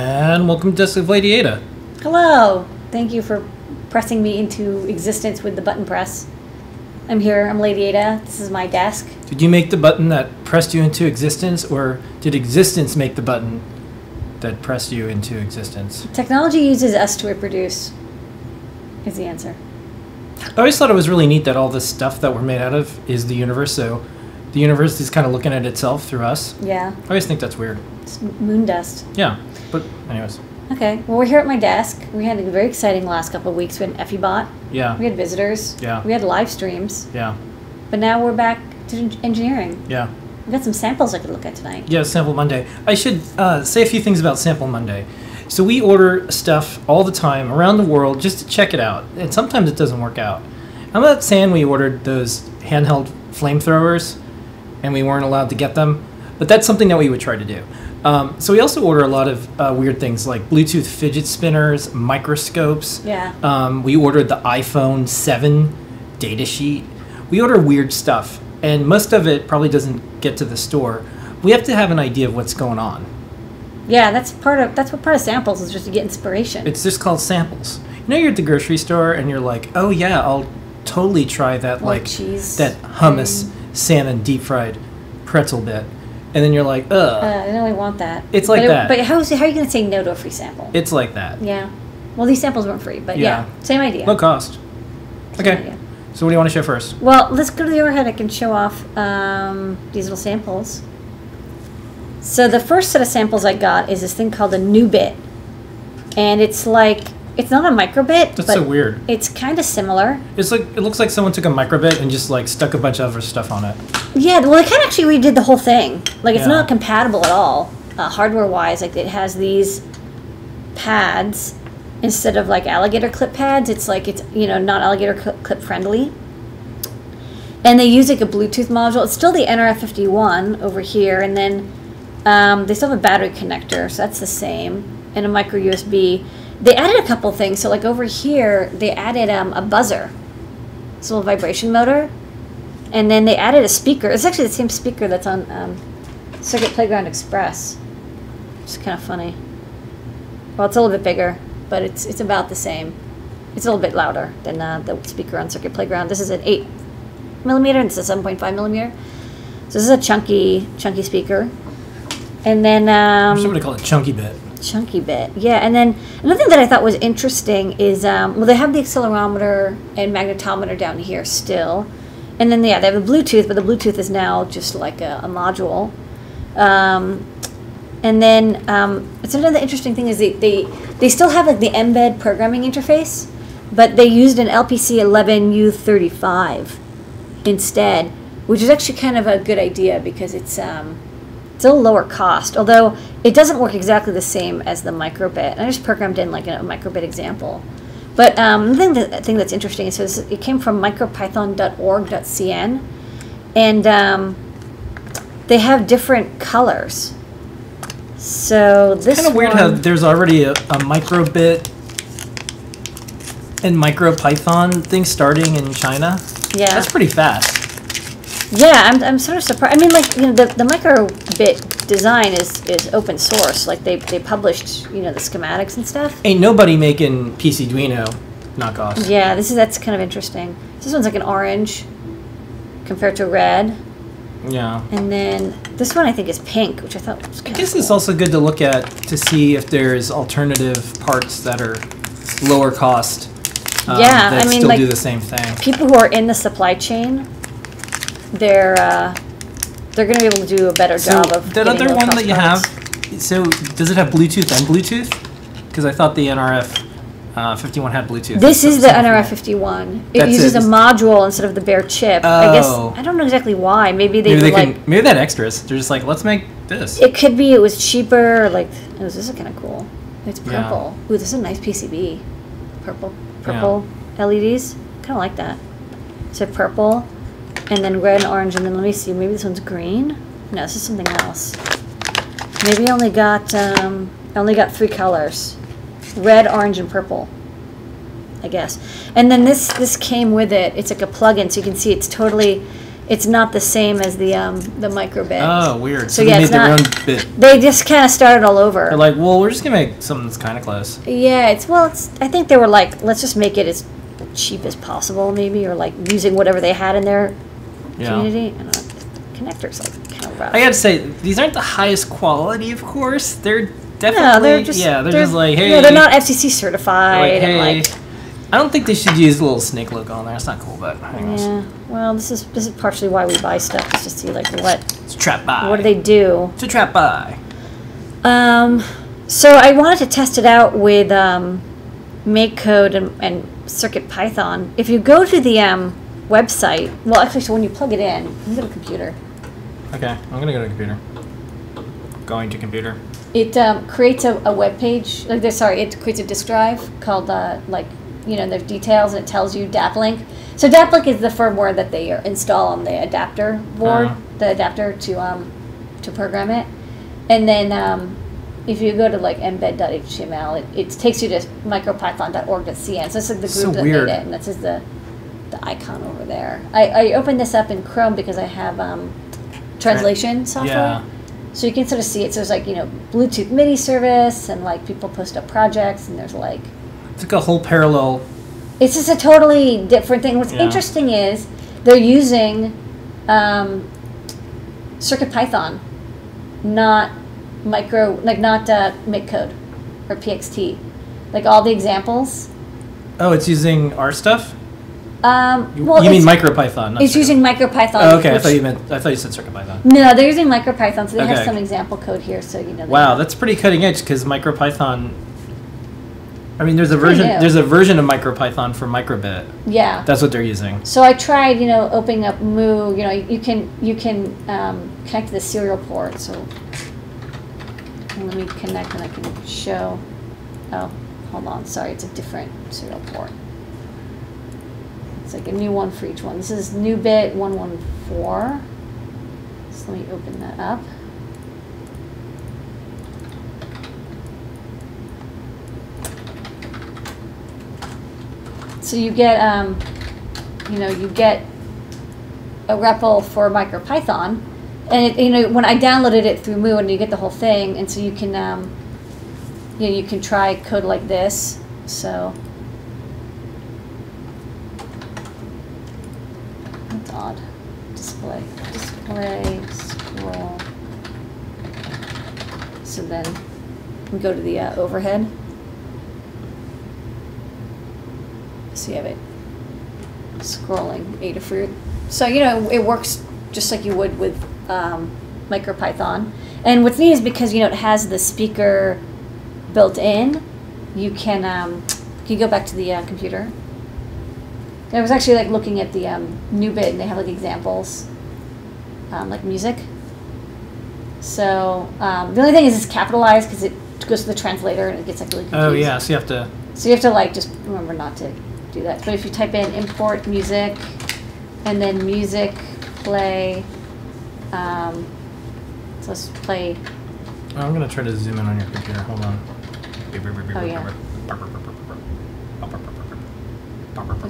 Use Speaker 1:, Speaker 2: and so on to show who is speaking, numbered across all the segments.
Speaker 1: Welcome to Subladiata.
Speaker 2: Hello. Thank you for pressing me into existence with the button press. I'm here. I'm Lady Ada. This is my desk.
Speaker 1: Did you make the button that pressed you into existence, or did existence make the button that pressed you into existence?
Speaker 2: Technology uses us to reproduce. Is the answer.
Speaker 1: I always thought it was really neat that all this stuff that we're made out of is the universe, so the universe is kind of looking at itself through us.
Speaker 2: Yeah.
Speaker 1: I always think that's weird.
Speaker 2: It's moon dust.
Speaker 1: Yeah, but, anyways,
Speaker 2: Okay. Well, we're here at my desk. We had a very exciting last couple of weeks. We had an Effie bot. We
Speaker 1: yeah,
Speaker 2: had visitors.
Speaker 1: Yeah.
Speaker 2: We had live streams.
Speaker 1: yeah,
Speaker 2: But now we're back to en- engineering.
Speaker 1: yeah.
Speaker 2: I've got some samples I could look at tonight.
Speaker 1: Yeah, Sample Monday. I should uh, say a few things about Sample Monday. So we order stuff all the time around the world just to check it out, and sometimes it doesn't work out. I'm not saying we ordered those handheld flamethrowers, and we weren't allowed to get them, but that's something that we would try to do. Um, so we also order a lot of uh, weird things like Bluetooth fidget spinners, microscopes.
Speaker 2: Yeah.
Speaker 1: Um, we ordered the iPhone 7 data sheet. We order weird stuff, and most of it probably doesn't get to the store. We have to have an idea of what's going on.
Speaker 2: Yeah, that's part of that's what part of samples is just to get inspiration.
Speaker 1: It's just called samples. You know, you're at the grocery store and you're like, oh yeah, I'll totally try that,
Speaker 2: Like
Speaker 1: like,
Speaker 2: cheese
Speaker 1: that hummus, salmon, deep fried pretzel bit. And then you're like, ugh.
Speaker 2: uh, I don't really want that.
Speaker 1: It's like
Speaker 2: but
Speaker 1: that.
Speaker 2: But how, is, how are you going to say no to a free sample?
Speaker 1: it's like that.
Speaker 2: yeah. Well, these samples weren't free, but yeah,
Speaker 1: Yeah.
Speaker 2: same idea.
Speaker 1: No cost.
Speaker 2: Same
Speaker 1: Okay.
Speaker 2: idea.
Speaker 1: So, what do you want to show first?
Speaker 2: Well, let's go to the overhead. I can show off um, these little samples. So the first set of samples I got is this thing called a new bit, and it's like it's not a microbit,
Speaker 1: That's
Speaker 2: but
Speaker 1: so weird.
Speaker 2: it's kind of similar.
Speaker 1: It's like it looks like someone took a microbit and just like stuck a bunch of other stuff on it.
Speaker 2: Yeah, well, they kind of actually redid the whole thing. Like, it's
Speaker 1: Yeah.
Speaker 2: not compatible at all, uh, hardware wise. Like, it has these pads instead of like alligator clip pads. It's like it's you know not alligator cl- clip friendly. And they use like a Bluetooth module. It's still the NRF51 over here, and then um, they still have a battery connector, so that's the same, and a micro USB. They added a couple things. So like over here, they added um, a buzzer, this little vibration motor. And then they added a speaker. It's actually the same speaker that's on um, Circuit Playground Express. It's kind of funny. Well, it's a little bit bigger, but it's it's about the same. It's a little bit louder than uh, the speaker on Circuit Playground. This is an eight millimeter, and this is a seven point five millimeter. So this is a chunky chunky speaker. And then um,
Speaker 1: Somebody call it chunky bit.
Speaker 2: chunky bit. Yeah, and then another thing that I thought was interesting is um, well, they have the accelerometer and magnetometer down here still, and then yeah, they have the Bluetooth, but the Bluetooth is now just like a, a module. Um, and then um, it's another interesting thing is they, they they still have like the embed programming interface, but they used an LPC 11U35 instead, which is actually kind of a good idea because it's um, it's a lower cost, although it doesn't work exactly the same as the microbit. And I just programmed in like a microbit example. But um, the thing, that, thing that's interesting is so this, it came from micropython.org.cn, and um, they have different colors. So this
Speaker 1: Kind of weird
Speaker 2: one,
Speaker 1: how there's already a, a micro bit and micro python thing starting in China.
Speaker 2: yeah.
Speaker 1: That's pretty fast.
Speaker 2: Yeah, I'm, I'm sort of surprised. I mean, like, you know, the, the micro bit design is, is open source. Like, they, they published, you know, the schematics and stuff.
Speaker 1: Ain't nobody making PC Duino knockoffs.
Speaker 2: Yeah, this is that's kind of interesting. This one's like an orange compared to red.
Speaker 1: Yeah.
Speaker 2: And then this one I think is pink, which I thought was
Speaker 1: I
Speaker 2: kind
Speaker 1: guess
Speaker 2: of
Speaker 1: it's also good to look at to see if there's alternative parts that are lower cost. um,
Speaker 2: Yeah,
Speaker 1: that
Speaker 2: I mean,
Speaker 1: still
Speaker 2: like-
Speaker 1: do the same thing.
Speaker 2: people who are in the supply chain, they're uh, they're going to be able to do a better
Speaker 1: So
Speaker 2: job of
Speaker 1: that
Speaker 2: getting
Speaker 1: other one
Speaker 2: low-cost
Speaker 1: that you
Speaker 2: products.
Speaker 1: have. So does it have Bluetooth and Bluetooth? Because I thought the NRF uh, 51 had Bluetooth.
Speaker 2: This
Speaker 1: That's
Speaker 2: is the
Speaker 1: something
Speaker 2: NRF
Speaker 1: that-
Speaker 2: 51. It
Speaker 1: That's
Speaker 2: uses
Speaker 1: it.
Speaker 2: a module instead of the bare chip. I guess
Speaker 1: Oh.
Speaker 2: I don't know exactly why. Maybe they,
Speaker 1: Maybe they
Speaker 2: were like
Speaker 1: can. Maybe that extras. They're just like, let's make this.
Speaker 2: it could be it was cheaper. Or like oh, this is kind of cool. It's
Speaker 1: Yeah.
Speaker 2: purple. Ooh, this is a nice PCB. Purple, purple LEDs. Kind of like that. So purple, and then red and orange, and then let me see. Maybe this one's green. No, this is something else. Maybe I only got um, I only got three colors: red, orange, and purple. I guess. And then this this came with it. It's like a plug-in, so you can see it's totally. It's not the same as the um, the micro bag.
Speaker 1: Oh, weird.
Speaker 2: So
Speaker 1: So, they
Speaker 2: yeah,
Speaker 1: made
Speaker 2: it's
Speaker 1: their
Speaker 2: not-
Speaker 1: own bit.
Speaker 2: They just kind of started all over.
Speaker 1: They're like, well, we're just gonna make something that's kind of close.
Speaker 2: yeah, it's well, it's. I think they were like, let's just make it as cheap as possible, maybe, or like using whatever they had in their
Speaker 1: Yeah.
Speaker 2: community. I don't know. Connectors like kind of rough.
Speaker 1: I gotta say, these aren't the highest quality, of course. They're definitely
Speaker 2: no, they're just
Speaker 1: yeah. They're, just like hey.
Speaker 2: yeah, they're not FCC
Speaker 1: they're like,
Speaker 2: certified and
Speaker 1: hey.
Speaker 2: like
Speaker 1: I don't think they should use a little snake logo on there. It's not cool, but I guess
Speaker 2: yeah. Well, this is this is partially why we buy stuff is just to see like what
Speaker 1: it's a trap by.
Speaker 2: what do they do.
Speaker 1: It's a trap by.
Speaker 2: Um, so I wanted to test it out with um, MakeCode and, and Circuit Python. If you go to the um, website, well, actually, so when you plug it in, you go to computer.
Speaker 1: Okay, I'm gonna go to computer. Going to computer.
Speaker 2: It um, creates a, a web page. Like, this- sorry, it creates a disk drive called uh, like you know there's details, and it tells you DAPLink. So DAPLink is the firmware that they install on the adapter board,
Speaker 1: Uh-huh.
Speaker 2: the adapter to um, to program it. And then um, if you go to like embed.html, it, it takes you to micropython.org.cn. So this is the group
Speaker 1: So
Speaker 2: that
Speaker 1: weird.
Speaker 2: made it, and this is the the icon over there. I, I opened this up in Chrome because I have um, translation software.
Speaker 1: Yeah.
Speaker 2: So you can sort of see it. So there's like, you know, Bluetooth MIDI service and like people post up projects and there's like,
Speaker 1: It's like a whole parallel.
Speaker 2: it's just a totally different thing. What's
Speaker 1: Yeah.
Speaker 2: interesting is they're using um, Circuit Python, not micro, like not uh, MIPcode or PXT. Like all the examples.
Speaker 1: Oh, it's using our stuff.
Speaker 2: Um,
Speaker 1: You,
Speaker 2: well,
Speaker 1: you mean
Speaker 2: it's,
Speaker 1: MicroPython? not
Speaker 2: it's
Speaker 1: Circuit.
Speaker 2: using MicroPython.
Speaker 1: Oh, okay, I
Speaker 2: which-
Speaker 1: thought you meant. I thought you said CircuitPython.
Speaker 2: No, they're using MicroPython, so they have
Speaker 1: Okay.
Speaker 2: some example code here, so you know. they-
Speaker 1: Wow, that's pretty cutting edge because MicroPython. I mean, there's a
Speaker 2: pretty
Speaker 1: version.
Speaker 2: new.
Speaker 1: There's a version of MicroPython for microbit.
Speaker 2: Yeah.
Speaker 1: That's what they're using.
Speaker 2: So I tried, you know, opening up Moo. You know, you can you can um, connect to the serial port. So let me connect, and I can show. Oh, hold on. Sorry, it's a different serial port. It's like a new one for each one. This is new bit one one four. So let me open that up. So you get um, you know, you get a REPL for MicroPython. And, it, you know, when I downloaded it through Moo, and you get the whole thing, and so you can, um, you know, you can try code like this. So. That's odd. Display, display, scroll. So then we go to the uh, overhead. So you have it scrolling Adafruit. So you know it works just like you would with um, MicroPython. And what's neat is because you know it has the speaker built in, you can um, can you go back to the uh, computer. I was actually like looking at the um, new bit, and they have like examples, um, like music. So um, the only thing is it's capitalized because it goes to the translator and it gets like really confused.
Speaker 1: Oh yeah, so you have to.
Speaker 2: So you have to like just remember not to do that. But if you type in import music and then music play, um, so let's play.
Speaker 1: oh, I'm gonna try to zoom in on your computer. Hold on.
Speaker 2: Oh, yeah.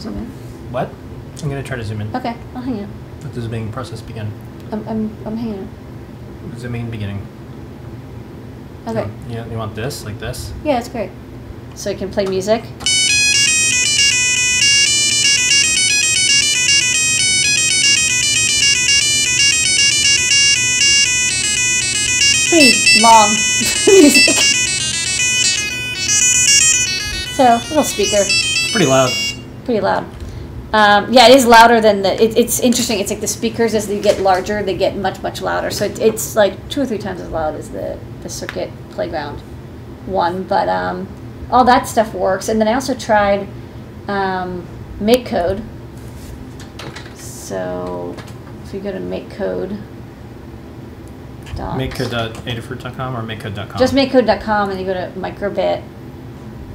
Speaker 2: zoom in.
Speaker 1: What? I'm gonna try to zoom in.
Speaker 2: Okay, I'll hang out.
Speaker 1: Let the zooming process begin.
Speaker 2: I'm I'm I'm hanging
Speaker 1: Zooming beginning.
Speaker 2: out. Okay,
Speaker 1: Yeah, you want this like this?
Speaker 2: yeah, that's great. So I can play music. It's pretty long music. So little speaker,
Speaker 1: It's pretty loud.
Speaker 2: pretty loud. Um, yeah, it is louder than the. It, it's interesting. It's like the speakers as they get larger, they get much much louder. So it, it's like two or three times as loud as the the circuit playground one. But um, all that stuff works. And then I also tried um, MakeCode. So if you go to MakeCode. dot-
Speaker 1: Makecode.adafruit.com or makecode.com.
Speaker 2: just makecode.com and you go to microbit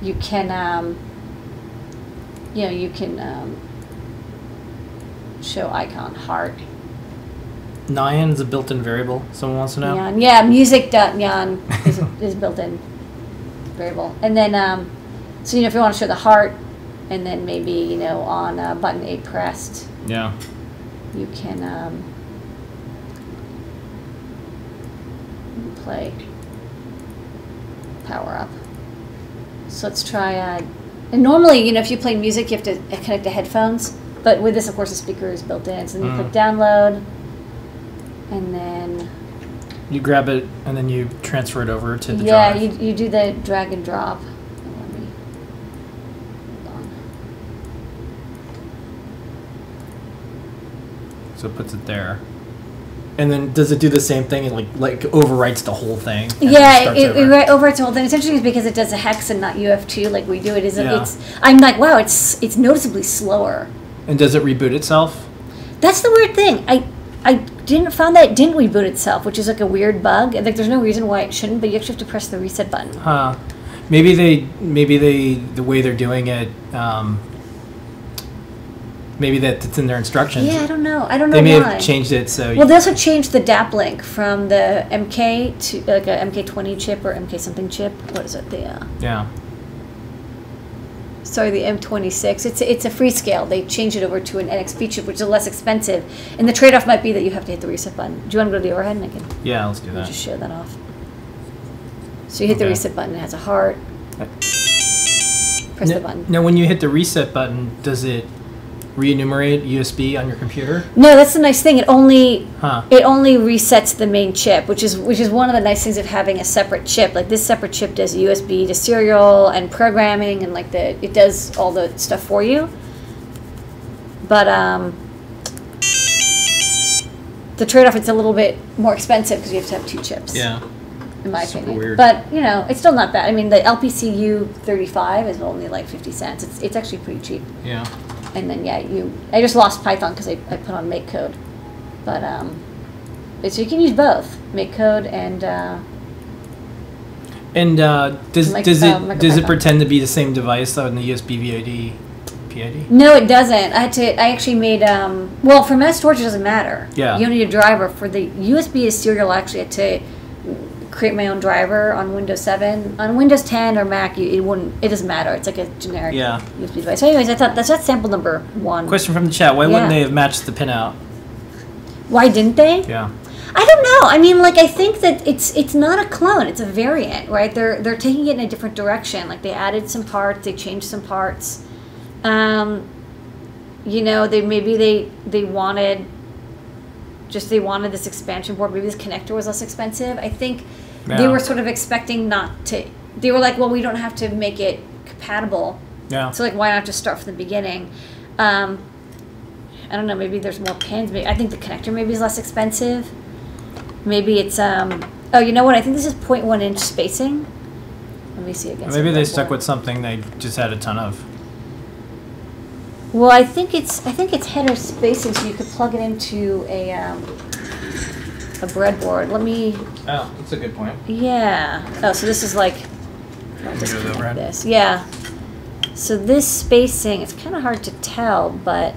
Speaker 2: you can um, you know you can um, show icon heart
Speaker 1: Nyan is a built-in variable. Someone wants to know.
Speaker 2: Neon. yeah music dot neon is, a- is built in variable and then um, so you know if you want to show the heart and then maybe you know on uh, button a pressed
Speaker 1: Yeah.
Speaker 2: you can um, play power up. So let's try. Uh, and normally, you know, if you play music, you have to connect the headphones. But with this, of course, the speaker is built in. So then you
Speaker 1: Mm.
Speaker 2: click download, and then
Speaker 1: You grab it and then you transfer it over to the
Speaker 2: yeah,
Speaker 1: drive.
Speaker 2: you you do the drag and drop. Let me- hold on.
Speaker 1: So it puts it there. And then does it do the same thing? It like like overwrites the whole thing. and then
Speaker 2: Yeah,
Speaker 1: starts
Speaker 2: it, it,
Speaker 1: over?
Speaker 2: right over its whole thing. It's interesting because it does a hex and not UF2 like we do. It isn't.
Speaker 1: Yeah.
Speaker 2: It's. I'm like, wow, it's it's noticeably slower.
Speaker 1: and does it reboot itself?
Speaker 2: That's the weird thing. I I didn't found that it didn't reboot itself, which is like a weird bug. Like there's no reason why it shouldn't, but you actually have to press the reset button.
Speaker 1: Huh. Maybe they maybe they the way they're doing it. Um, maybe that it's in their instructions.
Speaker 2: Yeah, I don't know. I don't know
Speaker 1: they may
Speaker 2: why.
Speaker 1: have changed it so.
Speaker 2: Well,
Speaker 1: you-
Speaker 2: they also changed the DAP link from the MK to like a MK20 chip or MK something chip. What is it? The uh,
Speaker 1: yeah.
Speaker 2: sorry, the M26. It's it's a free scale. They changed it over to an NXP chip, which is less expensive. And the trade-off might be that you have to hit the reset button. Do you want to go to the overhead, and I can
Speaker 1: Yeah. Let's do that.
Speaker 2: Just show that off. So you hit the
Speaker 1: Okay.
Speaker 2: reset button. It has a heart. Press the
Speaker 1: Now-
Speaker 2: button.
Speaker 1: Now, when you hit the reset button, does it re-enumerate USB on your computer?
Speaker 2: No, that's the nice thing. It only
Speaker 1: Huh.
Speaker 2: it only resets the main chip, which is which is one of the nice things of having a separate chip. Like this separate chip does USB to serial and programming, and like the it does all the stuff for you. But um, the trade off it's a little bit more expensive because you have to have two chips.
Speaker 1: Yeah.
Speaker 2: in my
Speaker 1: Super
Speaker 2: opinion.
Speaker 1: weird.
Speaker 2: But you know, it's still not bad. I mean, the LPCU thirty five is only like fifty cents. It's it's actually pretty cheap.
Speaker 1: Yeah.
Speaker 2: And then yeah, you I just lost Python because I, I put on make code, but um, but so you can use both make code and uh,
Speaker 1: And uh, does
Speaker 2: Like,
Speaker 1: does it
Speaker 2: uh, micro
Speaker 1: does it
Speaker 2: Python.
Speaker 1: pretend to be the same device on the USB VID PID?
Speaker 2: no, it doesn't. I had to I actually made um well for mass storage it doesn't matter.
Speaker 1: Yeah.
Speaker 2: you don't need a driver for the USB to serial. I Actually, had to create my own driver on Windows seven on Windows ten or Mac. You, it wouldn't it doesn't matter. It's like a generic
Speaker 1: Yeah.
Speaker 2: USB device. So anyways, I thought that's that sample number one.
Speaker 1: Question from the chat: Why
Speaker 2: Yeah.
Speaker 1: wouldn't they have matched the pinout?
Speaker 2: Why didn't they?
Speaker 1: Yeah.
Speaker 2: I don't know. I mean, like I think that it's it's not a clone. It's a variant, right? They're they're taking it in a different direction. Like they added some parts, they changed some parts. Um, you know, they maybe they they wanted just they wanted this expansion board. Maybe this connector was less expensive. I think they
Speaker 1: Yeah.
Speaker 2: were sort of expecting not to. They were like, well, we don't have to make it compatible.
Speaker 1: Yeah.
Speaker 2: So like, why not just start from the beginning? Um, I don't know. Maybe there's more pins. Maybe I think the connector maybe is less expensive. Maybe it's um. Oh, you know what? I think this is 0.1 inch spacing. Let me see again.
Speaker 1: Maybe they stuck with something they just had a ton of.
Speaker 2: Well, I think it's I think it's header spacing, so you could plug it into a um, a breadboard. Let me.
Speaker 1: Oh, that's a good point.
Speaker 2: Yeah. Oh, so this is like. I'll
Speaker 1: Go
Speaker 2: just
Speaker 1: to the
Speaker 2: connect
Speaker 1: bread.
Speaker 2: this. Yeah. So this spacing, it's kind of hard to tell, but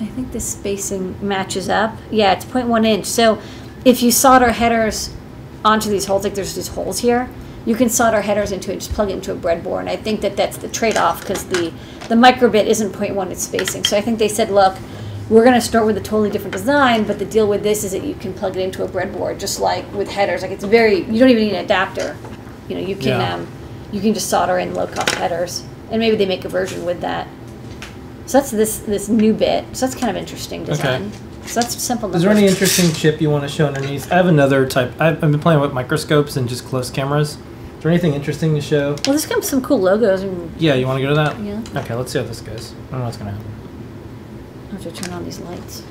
Speaker 2: I think this spacing matches up. Yeah, it's 0.1 inch. So if you solder headers onto these holes, like there's these holes here, you can solder headers into it, just plug it into a breadboard. And I think that that's the trade-off because the the microbit isn't 0.1 inch spacing. So I think they said, look, we're going to start with a totally different design, but the deal with this is that you can plug it into a breadboard, just like with headers. Like it's very, you don't even need an adapter. You know, you can
Speaker 1: Yeah.
Speaker 2: um, you can just solder in low-cost headers, and maybe they make a version with that. So that's this this new bit. So that's kind of interesting design. So that's simple.
Speaker 1: Is there any
Speaker 2: numbers.
Speaker 1: interesting chip you want to show underneath? I have another type. I've, I've been playing with microscopes and just close cameras. Is there anything interesting to show?
Speaker 2: Well, there's got some cool logos. And
Speaker 1: Yeah, you want to go to that?
Speaker 2: Yeah.
Speaker 1: Okay, let's see how this goes. I don't know what's gonna happen.
Speaker 2: I have to turn on these lights.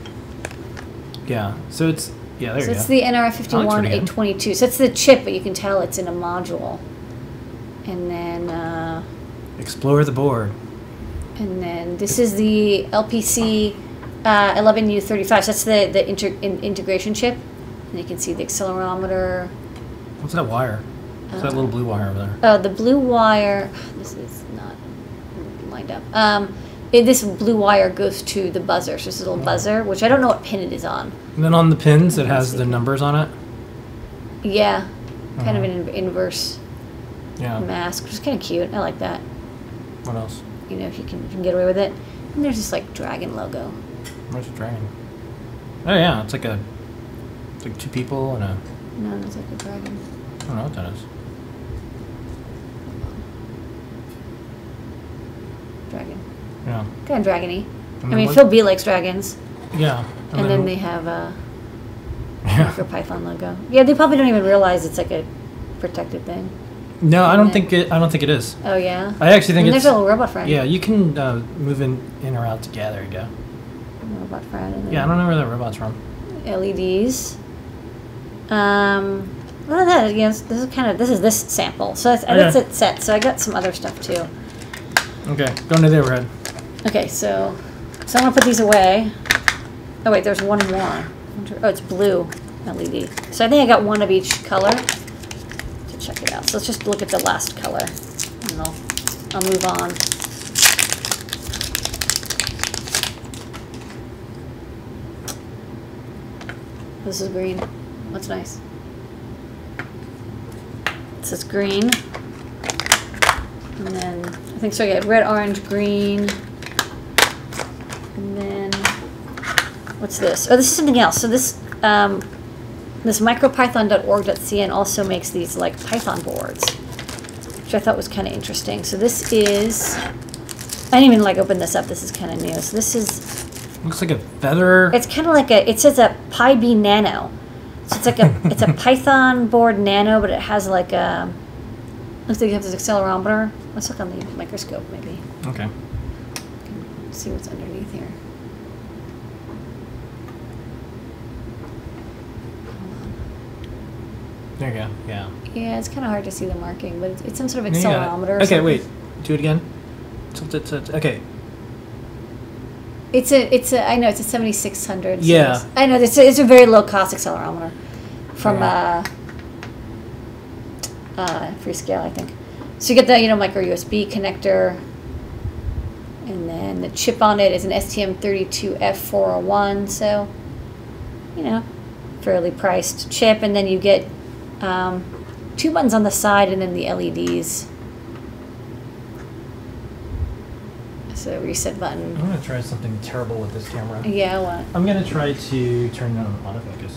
Speaker 1: Yeah. So it's yeah. There
Speaker 2: so
Speaker 1: you
Speaker 2: it's
Speaker 1: go.
Speaker 2: the NR
Speaker 1: That looks
Speaker 2: fifty-one
Speaker 1: pretty good.
Speaker 2: eight twenty-two. So it's the chip, but you can tell it's in a module. And then, uh,
Speaker 1: Explore the board.
Speaker 2: and then this is the LPC uh, eleven U thirty-five. So that's the the inter- in- integration chip. And you can see the accelerometer.
Speaker 1: What's that wire? What's that little blue wire over there?
Speaker 2: Uh, Oh, the blue wire. This is not lined up. Um, it, this blue wire goes to the buzzer. So this is a little buzzer, which I don't know what pin it is on.
Speaker 1: And then on the pins, it has
Speaker 2: see.
Speaker 1: the numbers on it.
Speaker 2: Yeah, kind of an in- inverse
Speaker 1: Uh-huh. Yeah.
Speaker 2: mask, which is kind of cute. I like that.
Speaker 1: What else?
Speaker 2: You know, if you can, if you can get away with it. And there's this like dragon logo.
Speaker 1: Where's the dragon? Oh yeah, it's like a, it's like two people and a.
Speaker 2: No, that's like a dragon.
Speaker 1: I don't know what that is.
Speaker 2: Dragon.
Speaker 1: Yeah.
Speaker 2: Kind of
Speaker 1: And
Speaker 2: dragony. I
Speaker 1: then
Speaker 2: mean,
Speaker 1: what-
Speaker 2: Phil B likes dragons.
Speaker 1: Yeah.
Speaker 2: And, then, they have a
Speaker 1: Yeah.
Speaker 2: for Python logo. Yeah, they probably don't even realize it's like a protected thing.
Speaker 1: No, I
Speaker 2: and
Speaker 1: don't
Speaker 2: then-
Speaker 1: think it. I don't think it is.
Speaker 2: Oh yeah.
Speaker 1: I actually think
Speaker 2: and
Speaker 1: it's.
Speaker 2: there's a little robot friend.
Speaker 1: Yeah, you can uh, move in, in or out together. Yeah.
Speaker 2: Robot friend. And then
Speaker 1: Yeah, I don't know where that robot's from.
Speaker 2: LEDs. Um, well, that you know, this is kind of this is this sample, so that's, and that's
Speaker 1: Okay.
Speaker 2: it set. So I got some other stuff too.
Speaker 1: Okay, going to their red.
Speaker 2: Okay, so so I'm gonna put these away. Oh wait, there's one more. Oh, it's blue LED. So I think I got one of each color to check it out. So let's just look at the last color, and I'll I'll move on. This is green. That's nice. This is green. And then I think so. I get red, orange, green. And then what's this? Oh, this is something else. So this um, this micropython.org.cn also makes these like Python boards, which I thought was kind of interesting. So this is I didn't even like open this up. This is kind of new. So this is
Speaker 1: Looks like a feather.
Speaker 2: it's kind of like a. It says a Pi B Nano, so it's like a. it's a Python board Nano, but it has like a. Looks like you have this accelerometer. Let's look on the microscope, maybe
Speaker 1: okay.
Speaker 2: see what's underneath here.
Speaker 1: There you go. Yeah.
Speaker 2: Yeah, it's kind of hard to see the marking, but it's, it's some sort of
Speaker 1: No, you got it.
Speaker 2: accelerometer. or
Speaker 1: Okay,
Speaker 2: something.
Speaker 1: wait. Do it again. Tilt it, tilt it. Okay.
Speaker 2: It's a. It's a. I know it's a seventy six hundred.
Speaker 1: Yeah.
Speaker 2: I know it's a, it's a very low cost accelerometer, from
Speaker 1: Yeah.
Speaker 2: uh, uh, Freescale, I think. So you get the you know micro USB connector, and then the chip on it is an STM32F401. So, you know, fairly priced chip, and then you get um, two buttons on the side, and then the E LEDs. So reset button.
Speaker 1: I'm going to try something terrible with this camera.
Speaker 2: Yeah, what?
Speaker 1: I'm going to try to turn on autofocus.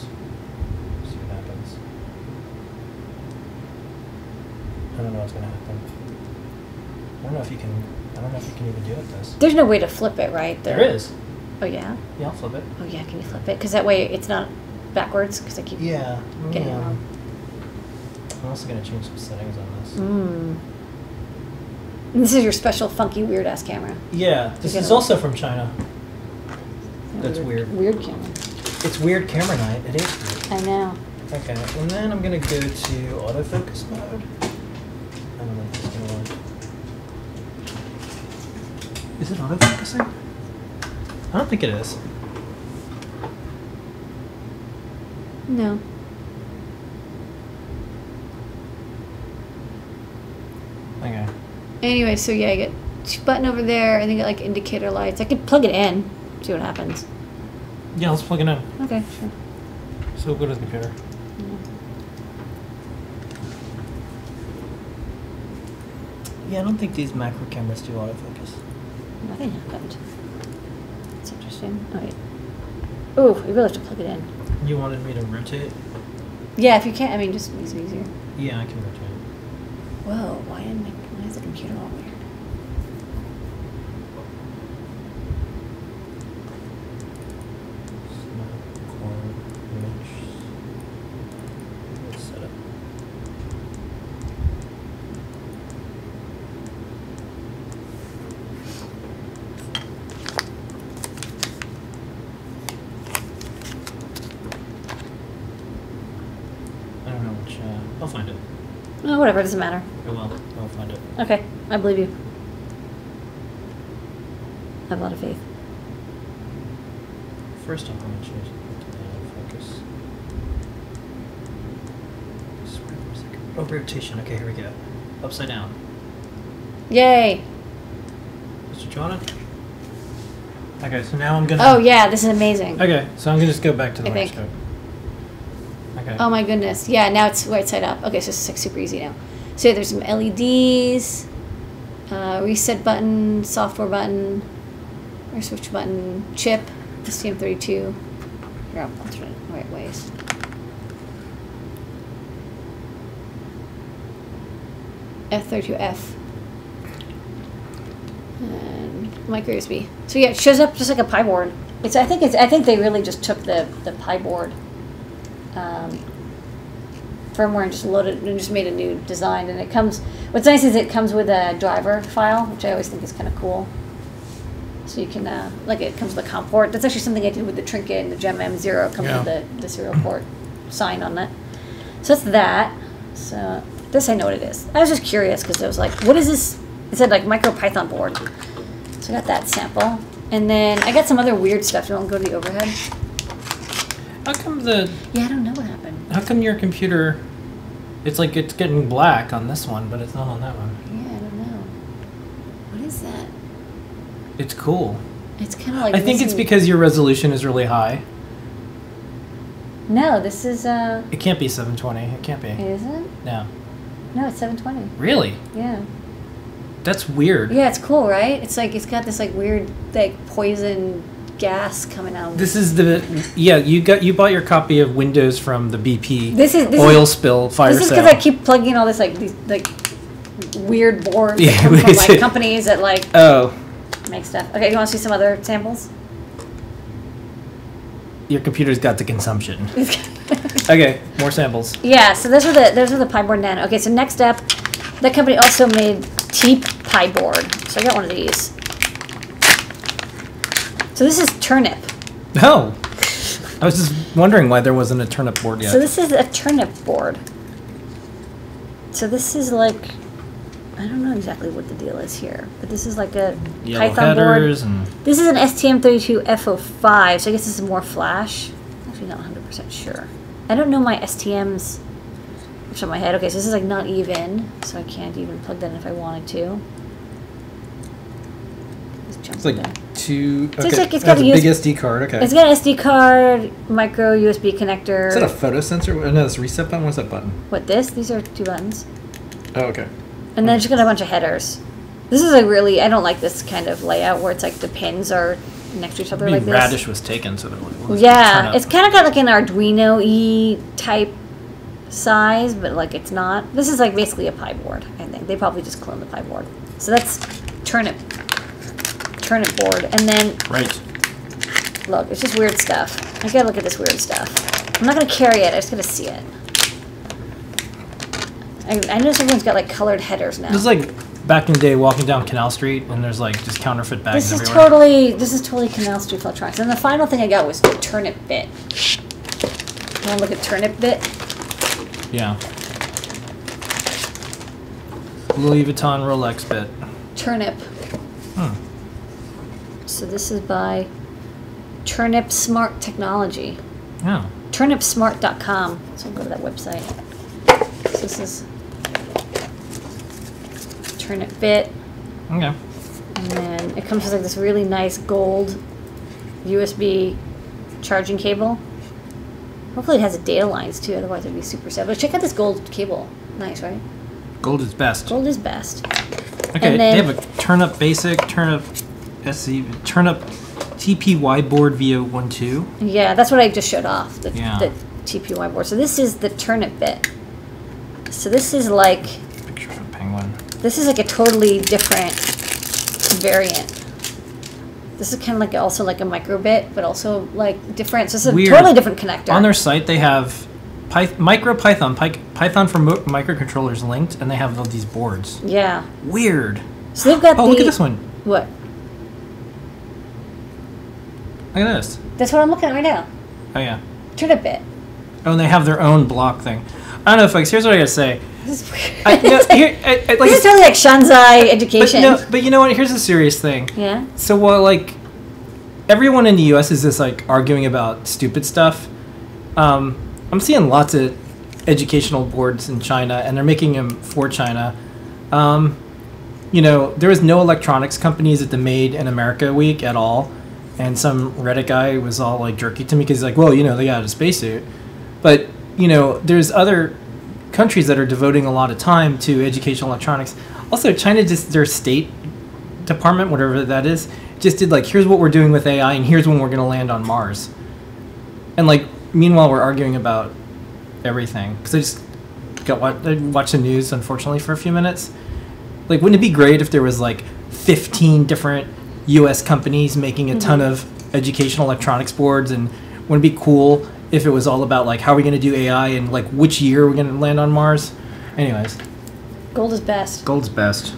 Speaker 1: See what happens. I don't know what's going to happen. I don't know if you can. I don't know if you can even do it this.
Speaker 2: There's no way to flip it, right?
Speaker 1: There is.
Speaker 2: Oh yeah.
Speaker 1: Yeah, I'll flip it.
Speaker 2: Oh yeah. Can you flip it? Because that way it's not backwards. Because I keep.
Speaker 1: Yeah.
Speaker 2: Getting
Speaker 1: yeah.
Speaker 2: on.
Speaker 1: I'm also going to change some settings on this.
Speaker 2: Mm. And this is your special funky weird ass camera.
Speaker 1: Yeah, this
Speaker 2: You're
Speaker 1: is
Speaker 2: gonna-
Speaker 1: also from China. That's
Speaker 2: Weird camera.
Speaker 1: It's weird camera night. It is weird.
Speaker 2: I know.
Speaker 1: Okay, and then I'm gonna go to autofocus mode. I don't know if this is gonna work. Is it autofocusing? I don't think it is.
Speaker 2: No.
Speaker 1: Okay.
Speaker 2: Anyway, so yeah, I get t- button over there, and then get like indicator lights. I could plug it in. See what happens.
Speaker 1: Yeah, let's plug it in.
Speaker 2: Okay. Sure.
Speaker 1: So we'll go to the computer. Yeah, I don't think these macro cameras do autofocus.
Speaker 2: Nothing happened. That's interesting. Oh wait. Oh, you really have to plug it in.
Speaker 1: You wanted me to rotate?
Speaker 2: Yeah, if you can't, I mean, just makes it easier.
Speaker 1: Yeah, I can rotate.
Speaker 2: Whoa, why didn't my, why is the computer all weird?
Speaker 1: Snap core image. Let's set it. I don't know which. Uh, I'll find it.
Speaker 2: Oh, whatever, it doesn't matter.
Speaker 1: I will. I'll find it.
Speaker 2: Okay, I believe you. I have a lot of faith.
Speaker 1: First off, I'm gonna change it to manual focus. Sorry, one second. Oh, rotation. Okay, here we go. Upside down.
Speaker 2: Yay!
Speaker 1: Mr. Jonna? Okay, so now I'm gonna.
Speaker 2: Oh yeah, this is amazing.
Speaker 1: Okay, so I'm gonna just go back to the
Speaker 2: I think.
Speaker 1: microscope. Okay.
Speaker 2: Oh my goodness. Yeah, now it's right side up. Okay, so it's like super easy now. So there's some E LEDs, uh, reset button, software button, or switch button, chip, the CM32. You're up alternate right ways. F32F. And micro USB. So yeah, it shows up just like a pie board. It's I think it's I think they really just took the the pie board um, firmware and just loaded and just made a new design. And it comes. What's nice is it comes with a driver file, which I always think is kind of cool. So you can uh, like it comes with a COM port. That's actually something I did with the Trinket and the Gem M0. It comes
Speaker 1: Yeah.
Speaker 2: with the the serial port sign on it. So that's that. So this I know what it is. I was just curious because it was like, what is this? It said like micro Python board. So I got that sample. And then I got some other weird stuff. You want to go to the overhead?
Speaker 1: How come the
Speaker 2: Yeah, I don't know what happened.
Speaker 1: how come your computer it's like it's getting black on this one, but it's not on that one.
Speaker 2: Yeah, I don't know. What is that?
Speaker 1: It's cool.
Speaker 2: It's kind of like.
Speaker 1: I think it's
Speaker 2: Oh, missing-
Speaker 1: because your resolution is really high.
Speaker 2: No, this is uh.
Speaker 1: It can't be 720. It can't be.
Speaker 2: It isn't.
Speaker 1: No.
Speaker 2: No, it's 720.
Speaker 1: Really?
Speaker 2: Yeah.
Speaker 1: That's weird.
Speaker 2: Yeah, it's cool, right? It's like it's got this like weird like poison gas coming out.
Speaker 1: This is the yeah you got you bought your copy of Windows from the BP
Speaker 2: This is- this
Speaker 1: oil
Speaker 2: is-
Speaker 1: spill fire
Speaker 2: This is
Speaker 1: sale.
Speaker 2: because I keep plugging all this like these like weird boards
Speaker 1: Yeah,
Speaker 2: that come
Speaker 1: what
Speaker 2: from
Speaker 1: is
Speaker 2: like
Speaker 1: it?
Speaker 2: companies that like
Speaker 1: oh,
Speaker 2: make stuff. Okay, you want to see some other samples?
Speaker 1: your computer's got the consumption. Okay, more samples.
Speaker 2: yeah. So those are the those are the Pyboard Nano. Okay, so next up, that company also made T Pyboard. So I got one of these. So this is turnip.
Speaker 1: Oh, I was just wondering why there wasn't a turnip board yet.
Speaker 2: So this is a turnip board. So this is like, I don't know exactly what the deal is here, but this is like a
Speaker 1: Yellow
Speaker 2: Python board.
Speaker 1: headers and
Speaker 2: This is an STM32F05, so I guess this is more flash. I'm actually not 100% sure. I don't know my STMs off the top of my head. Okay, so this is like not even, so I can't even plug that in if I wanted to. Let's jump
Speaker 1: it's
Speaker 2: to that.
Speaker 1: like two.
Speaker 2: So
Speaker 1: Okay,
Speaker 2: it's like it's
Speaker 1: that's
Speaker 2: got
Speaker 1: a
Speaker 2: a
Speaker 1: big
Speaker 2: US
Speaker 1: SD card. Okay,
Speaker 2: It's got an SD card, micro USB connector.
Speaker 1: is that a photo sensor? Oh, No, that's a reset button. What's that button?
Speaker 2: what this? These are two buttons.
Speaker 1: Oh, okay.
Speaker 2: And then just got a bunch of headers. This is a really I don't like this kind of layout where it's like the pins are next to each other
Speaker 1: I
Speaker 2: like
Speaker 1: mean,
Speaker 2: this.
Speaker 1: radish was taken, so they're like, well, let's turn
Speaker 2: yeah,
Speaker 1: up.
Speaker 2: it's kind of got like an Arduino e type size, but like it's not. This is like basically a pie board. I think they probably just cloned the pie board. So that's turnip, turnip board, and then
Speaker 1: right.
Speaker 2: Look, it's just weird stuff. I gotta look at this weird stuff. I'm not gonna carry it. I just gotta see it. I, I notice everyone's got like colored headers now.
Speaker 1: This is like back in the day, walking down Canal Street, and there's like just counterfeit bags
Speaker 2: This is
Speaker 1: everywhere.
Speaker 2: totally this is totally Canal Street electronics. And the final thing I got was the turnip bit. You wanna look at turnip bit?
Speaker 1: yeah. Louis Vuitton Rolex bit.
Speaker 2: Turnip.
Speaker 1: Hmm.
Speaker 2: So this is by Turnip Smart Technology.
Speaker 1: Yeah.
Speaker 2: turnipsmart.com. So we'll go to that website. So this is turnip bit,
Speaker 1: Okay.
Speaker 2: and then it comes with like this really nice gold USB charging cable. Hopefully, it has data lines too. Otherwise, it'd be super sad. But check out this gold cable. Nice, right?
Speaker 1: Gold is best.
Speaker 2: Gold is best.
Speaker 1: Okay,
Speaker 2: And then-
Speaker 1: they have a turnip basic, turnip SC, turnip TPY board via one two.
Speaker 2: Yeah, that's what I just showed off the,
Speaker 1: Yeah.
Speaker 2: the TPY board. So this is the turnip bit. So this is like
Speaker 1: Picture from Penguin.
Speaker 2: This is like a totally different variant. This is kind of like also like a micro bit, but also like different. So this is
Speaker 1: Weird.
Speaker 2: a totally different connector.
Speaker 1: On their site, they have Pyth- micro Python, Py- Python for mo- microcontrollers linked, and they have all these boards.
Speaker 2: yeah.
Speaker 1: Weird.
Speaker 2: So they've got
Speaker 1: Oh,
Speaker 2: the
Speaker 1: look at this one.
Speaker 2: What?
Speaker 1: Look at this.
Speaker 2: That's what I'm looking at right now.
Speaker 1: Oh yeah.
Speaker 2: Turnip bit.
Speaker 1: Oh, and they have their own block thing. I don't know, folks. Here's what I gotta say.
Speaker 2: This is weird.
Speaker 1: I, no,
Speaker 2: It's like-
Speaker 1: here, I, I, like,
Speaker 2: this is totally like Shanzai
Speaker 1: but
Speaker 2: education.
Speaker 1: no, but you know what? Here's a serious thing.
Speaker 2: yeah.
Speaker 1: So while like everyone in the U.S. is just like arguing about stupid stuff, um, I'm seeing lots of educational boards in China, and they're making them for China. Um, you know, there was no electronics companies at the Made in America week at all, and some Reddit guy was all like jerky to me because he's like, well, you know, they got a spacesuit, but you know, there's other countries that are devoting a lot of time to educational electronics. Also, China just their state department, whatever that is, just did like here's what we're doing with AI and here's when we're gonna land on Mars, and like meanwhile we're arguing about everything because I just got wa- I watched the news unfortunately for a few minutes. Like, wouldn't it be great if there was like 15 different U.S. companies making a ton of educational electronics boards, and wouldn't it be cool if it was all about like how are we gonna do AI and like which year we're gonna land on Mars? Anyways,
Speaker 2: Gold is best.
Speaker 1: gold's best.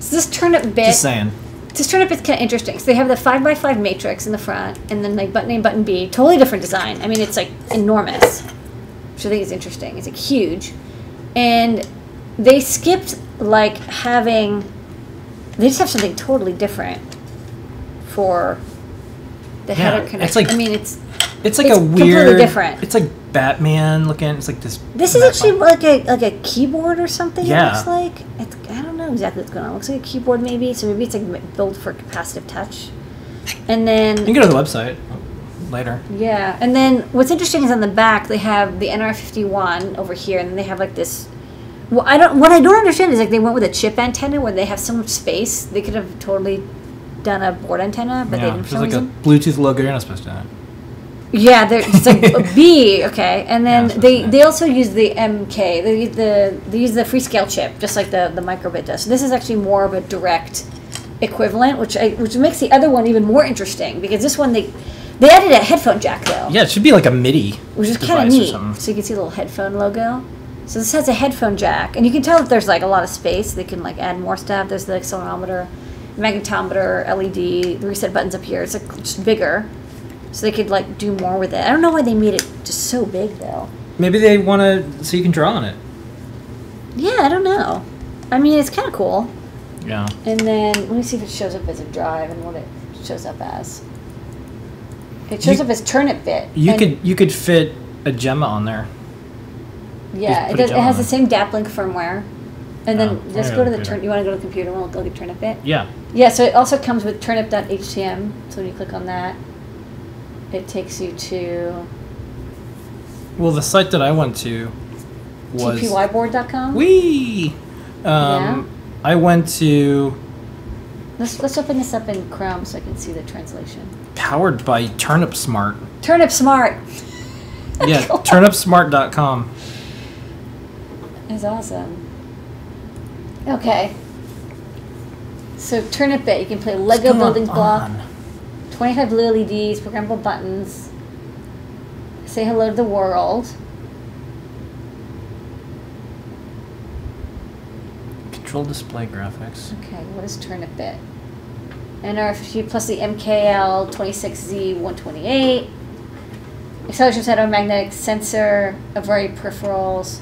Speaker 2: So this turnip bit.
Speaker 1: Just saying.
Speaker 2: This turnip is kind of interesting. So they have the five by five matrix in the front, and then like button A, button B, totally different design. I mean, it's like enormous, which I think is interesting. It's like huge, and they skipped like having. They just have something totally different for the
Speaker 1: Yeah,
Speaker 2: header
Speaker 1: it's
Speaker 2: connection.
Speaker 1: like-
Speaker 2: I mean, it's
Speaker 1: It's like
Speaker 2: It's
Speaker 1: a
Speaker 2: completely
Speaker 1: weird.
Speaker 2: different.
Speaker 1: It's like Batman looking. It's like this.
Speaker 2: This is actually like a like a keyboard or something.
Speaker 1: Yeah.
Speaker 2: It looks like it's, I don't know exactly what's going on. It looks like a keyboard maybe. So maybe it's like m- built for capacitive touch. And
Speaker 1: You can
Speaker 2: then
Speaker 1: go to the website later.
Speaker 2: yeah, and then what's interesting is on the back they have the NR51 over here, and then they have like this. Well, I don't. What I don't understand is like they went with a chip antenna where they have so much space. They could have totally done a board antenna, but they
Speaker 1: yeah,
Speaker 2: didn't.
Speaker 1: there's
Speaker 2: For some
Speaker 1: like
Speaker 2: reason.
Speaker 1: a Bluetooth logo. You're not supposed to.
Speaker 2: Yeah, they're, it's like a B, okay, and then
Speaker 1: Yeah, so
Speaker 2: they
Speaker 1: it's
Speaker 2: they also use the MK. They use the they use the free scale chip, just like the the microbit does. So this is actually more of a direct equivalent, which I, which makes the other one even more interesting because this one they they added a headphone jack though,
Speaker 1: Yeah, it should be like a MIDI.
Speaker 2: Oh. which is
Speaker 1: device or
Speaker 2: kind of neat.
Speaker 1: something.
Speaker 2: So you can see the little headphone logo. So this has a headphone jack, and you can tell that there's like a lot of space. They can like add more stuff. There's the accelerometer, magnetometer, LED, the reset buttons up here. It's like just bigger so they could like do more with it. I don't know why they made it just so big though.
Speaker 1: Maybe they want to so you can draw on it.
Speaker 2: Yeah, I don't know. I mean, it's kind of cool.
Speaker 1: Yeah.
Speaker 2: And then let me see if it shows up as a drive and what it shows up as. It shows
Speaker 1: You-
Speaker 2: up as turnip bit.
Speaker 1: You
Speaker 2: and-
Speaker 1: could you could fit a Gemma on there.
Speaker 2: Yeah,
Speaker 1: just
Speaker 2: it,
Speaker 1: put a
Speaker 2: does, it
Speaker 1: gem
Speaker 2: has
Speaker 1: on
Speaker 2: the
Speaker 1: it.
Speaker 2: same DAPLink firmware. And
Speaker 1: Oh,
Speaker 2: then
Speaker 1: I
Speaker 2: just
Speaker 1: gotta
Speaker 2: go to the
Speaker 1: do
Speaker 2: turn.
Speaker 1: that.
Speaker 2: You want to go to the computer and we'll look at turnip bit.
Speaker 1: Yeah.
Speaker 2: Yeah, so it also comes with turnip.htm. So when you click on that, it takes you to
Speaker 1: Well, the site that I went to was
Speaker 2: tpyboard.com.
Speaker 1: Whee! Um, I went to
Speaker 2: let's let's open this up in Chrome so I can see the translation.
Speaker 1: powered by Turnip Smart.
Speaker 2: Turnip smart Oh
Speaker 1: Yeah, turnipsmart.com.
Speaker 2: is awesome. Okay. So turnip bit, you can play Lego
Speaker 1: Come
Speaker 2: building block,
Speaker 1: on.
Speaker 2: 25 blue LEDs, programmable buttons. Say hello to the world.
Speaker 1: Control display graphics.
Speaker 2: Okay, what is turnip bit? NRFG plus the MKL 26Z128. Acceleration magnetic sensor, Avery peripherals.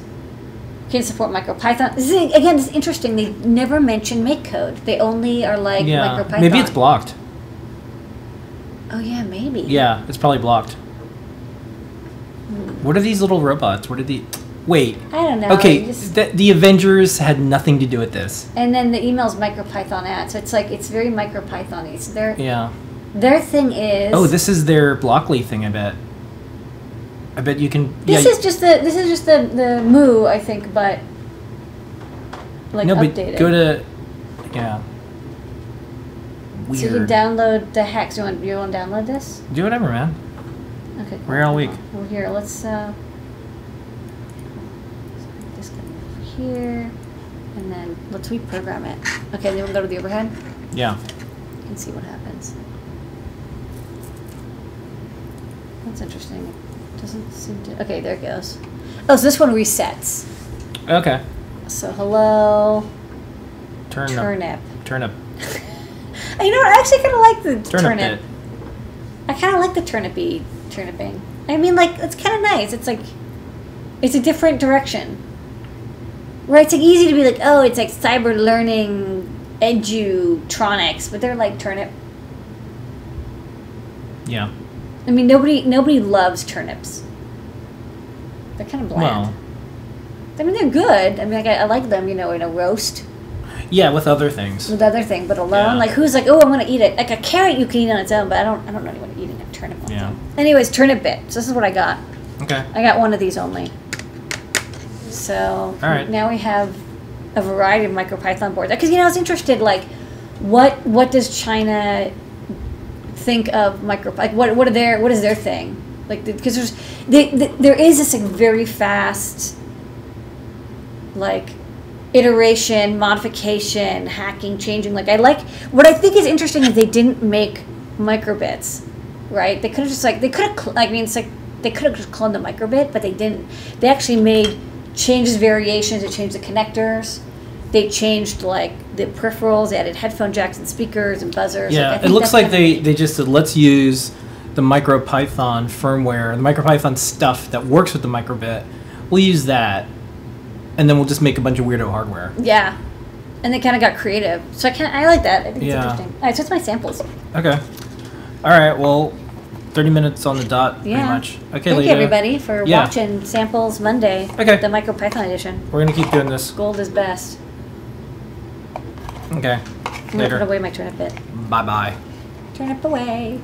Speaker 2: Can support MicroPython. This is, again, it's interesting. They never mention MakeCode. They only are like
Speaker 1: yeah.
Speaker 2: MicroPython.
Speaker 1: Maybe it's blocked.
Speaker 2: Oh yeah, maybe.
Speaker 1: Yeah, it's probably blocked. What are these little robots? What are the? Wait.
Speaker 2: I don't know.
Speaker 1: Okay,
Speaker 2: you just-
Speaker 1: the, the Avengers had nothing to do with this.
Speaker 2: and then the email's MicroPython at, so it's like it's very MicroPython-y. So their
Speaker 1: Yeah.
Speaker 2: their thing is.
Speaker 1: Oh, this is their Blockly thing. I bet. I bet you can.
Speaker 2: This
Speaker 1: yeah,
Speaker 2: is just the this is just the the moo I think, but like
Speaker 1: no,
Speaker 2: updated.
Speaker 1: but go to. Yeah. Weird.
Speaker 2: So you can download the hacks. You want you want to download this?
Speaker 1: do whatever, man.
Speaker 2: Okay.
Speaker 1: We're here all week.
Speaker 2: We're here. Let's. Uh, sorry, just gonna move here, and then let's reprogram it. Okay, then we'll go to the overhead
Speaker 1: Yeah.
Speaker 2: and see what happens. That's interesting. It doesn't seem to. Okay, there it goes. Oh, so this one resets.
Speaker 1: Okay.
Speaker 2: So hello,
Speaker 1: Turn up.
Speaker 2: turnip.
Speaker 1: Turn up.
Speaker 2: You know, what? I actually kind of like the
Speaker 1: Turn up.
Speaker 2: turnip.
Speaker 1: Bit.
Speaker 2: I kind of like the turnipy turniping. I mean, like it's kind of nice. It's like it's a different direction. Where it's like easy to be like, oh, it's like cyber learning edutronics, but they're like turnip.
Speaker 1: Yeah.
Speaker 2: I mean, nobody nobody loves turnips. They're kind of bland. I mean, they're good. I mean, like, I, I like them, you know, in a roast
Speaker 1: Well. Yeah, with other things.
Speaker 2: with other thing, but alone,
Speaker 1: Yeah.
Speaker 2: like who's like, oh, I'm gonna eat it. Like a carrot, you can eat on its own, but I don't. I don't know anyone eating a turnip. on
Speaker 1: Yeah.
Speaker 2: it. Anyways, turnip bit. So this is what I got.
Speaker 1: Okay.
Speaker 2: I got one of these only. So
Speaker 1: All right.
Speaker 2: now we have a variety of MicroPython boards. Because you know, I was interested, like, what what does China think of micro like what what are their what is their thing like because there's they, th there is this like very fast like iteration modification hacking changing like i like what i think is interesting is they didn't make microbits right they could have just like they could have cl- i mean it's like they could have just cloned the microbit but they didn't they actually made changes variations they changed the connectors they changed like the peripherals they added headphone jacks and speakers and buzzers
Speaker 1: Yeah,
Speaker 2: I
Speaker 1: it
Speaker 2: think
Speaker 1: looks
Speaker 2: that's
Speaker 1: like
Speaker 2: kinda
Speaker 1: they,
Speaker 2: neat.
Speaker 1: they just said, let's use the MicroPython firmware, the MicroPython stuff that works with the microbit. We'll use that, and then we'll just make a bunch of weirdo hardware.
Speaker 2: Yeah. And they kind of got creative. So I can I like that. I think
Speaker 1: Yeah.
Speaker 2: it's interesting. All right, so it's my samples.
Speaker 1: Okay. All right. Well, thirty minutes on the dot, pretty
Speaker 2: Yeah.
Speaker 1: much. Okay,
Speaker 2: Thank
Speaker 1: Lita,
Speaker 2: you everybody for
Speaker 1: Yeah.
Speaker 2: watching Samples Monday.
Speaker 1: Okay.
Speaker 2: The Micro Python edition.
Speaker 1: We're gonna keep doing this.
Speaker 2: Gold is best.
Speaker 1: Okay.
Speaker 2: I'm gonna put
Speaker 1: Later.
Speaker 2: away my turnip bit.
Speaker 1: Bye bye.
Speaker 2: Turnip away.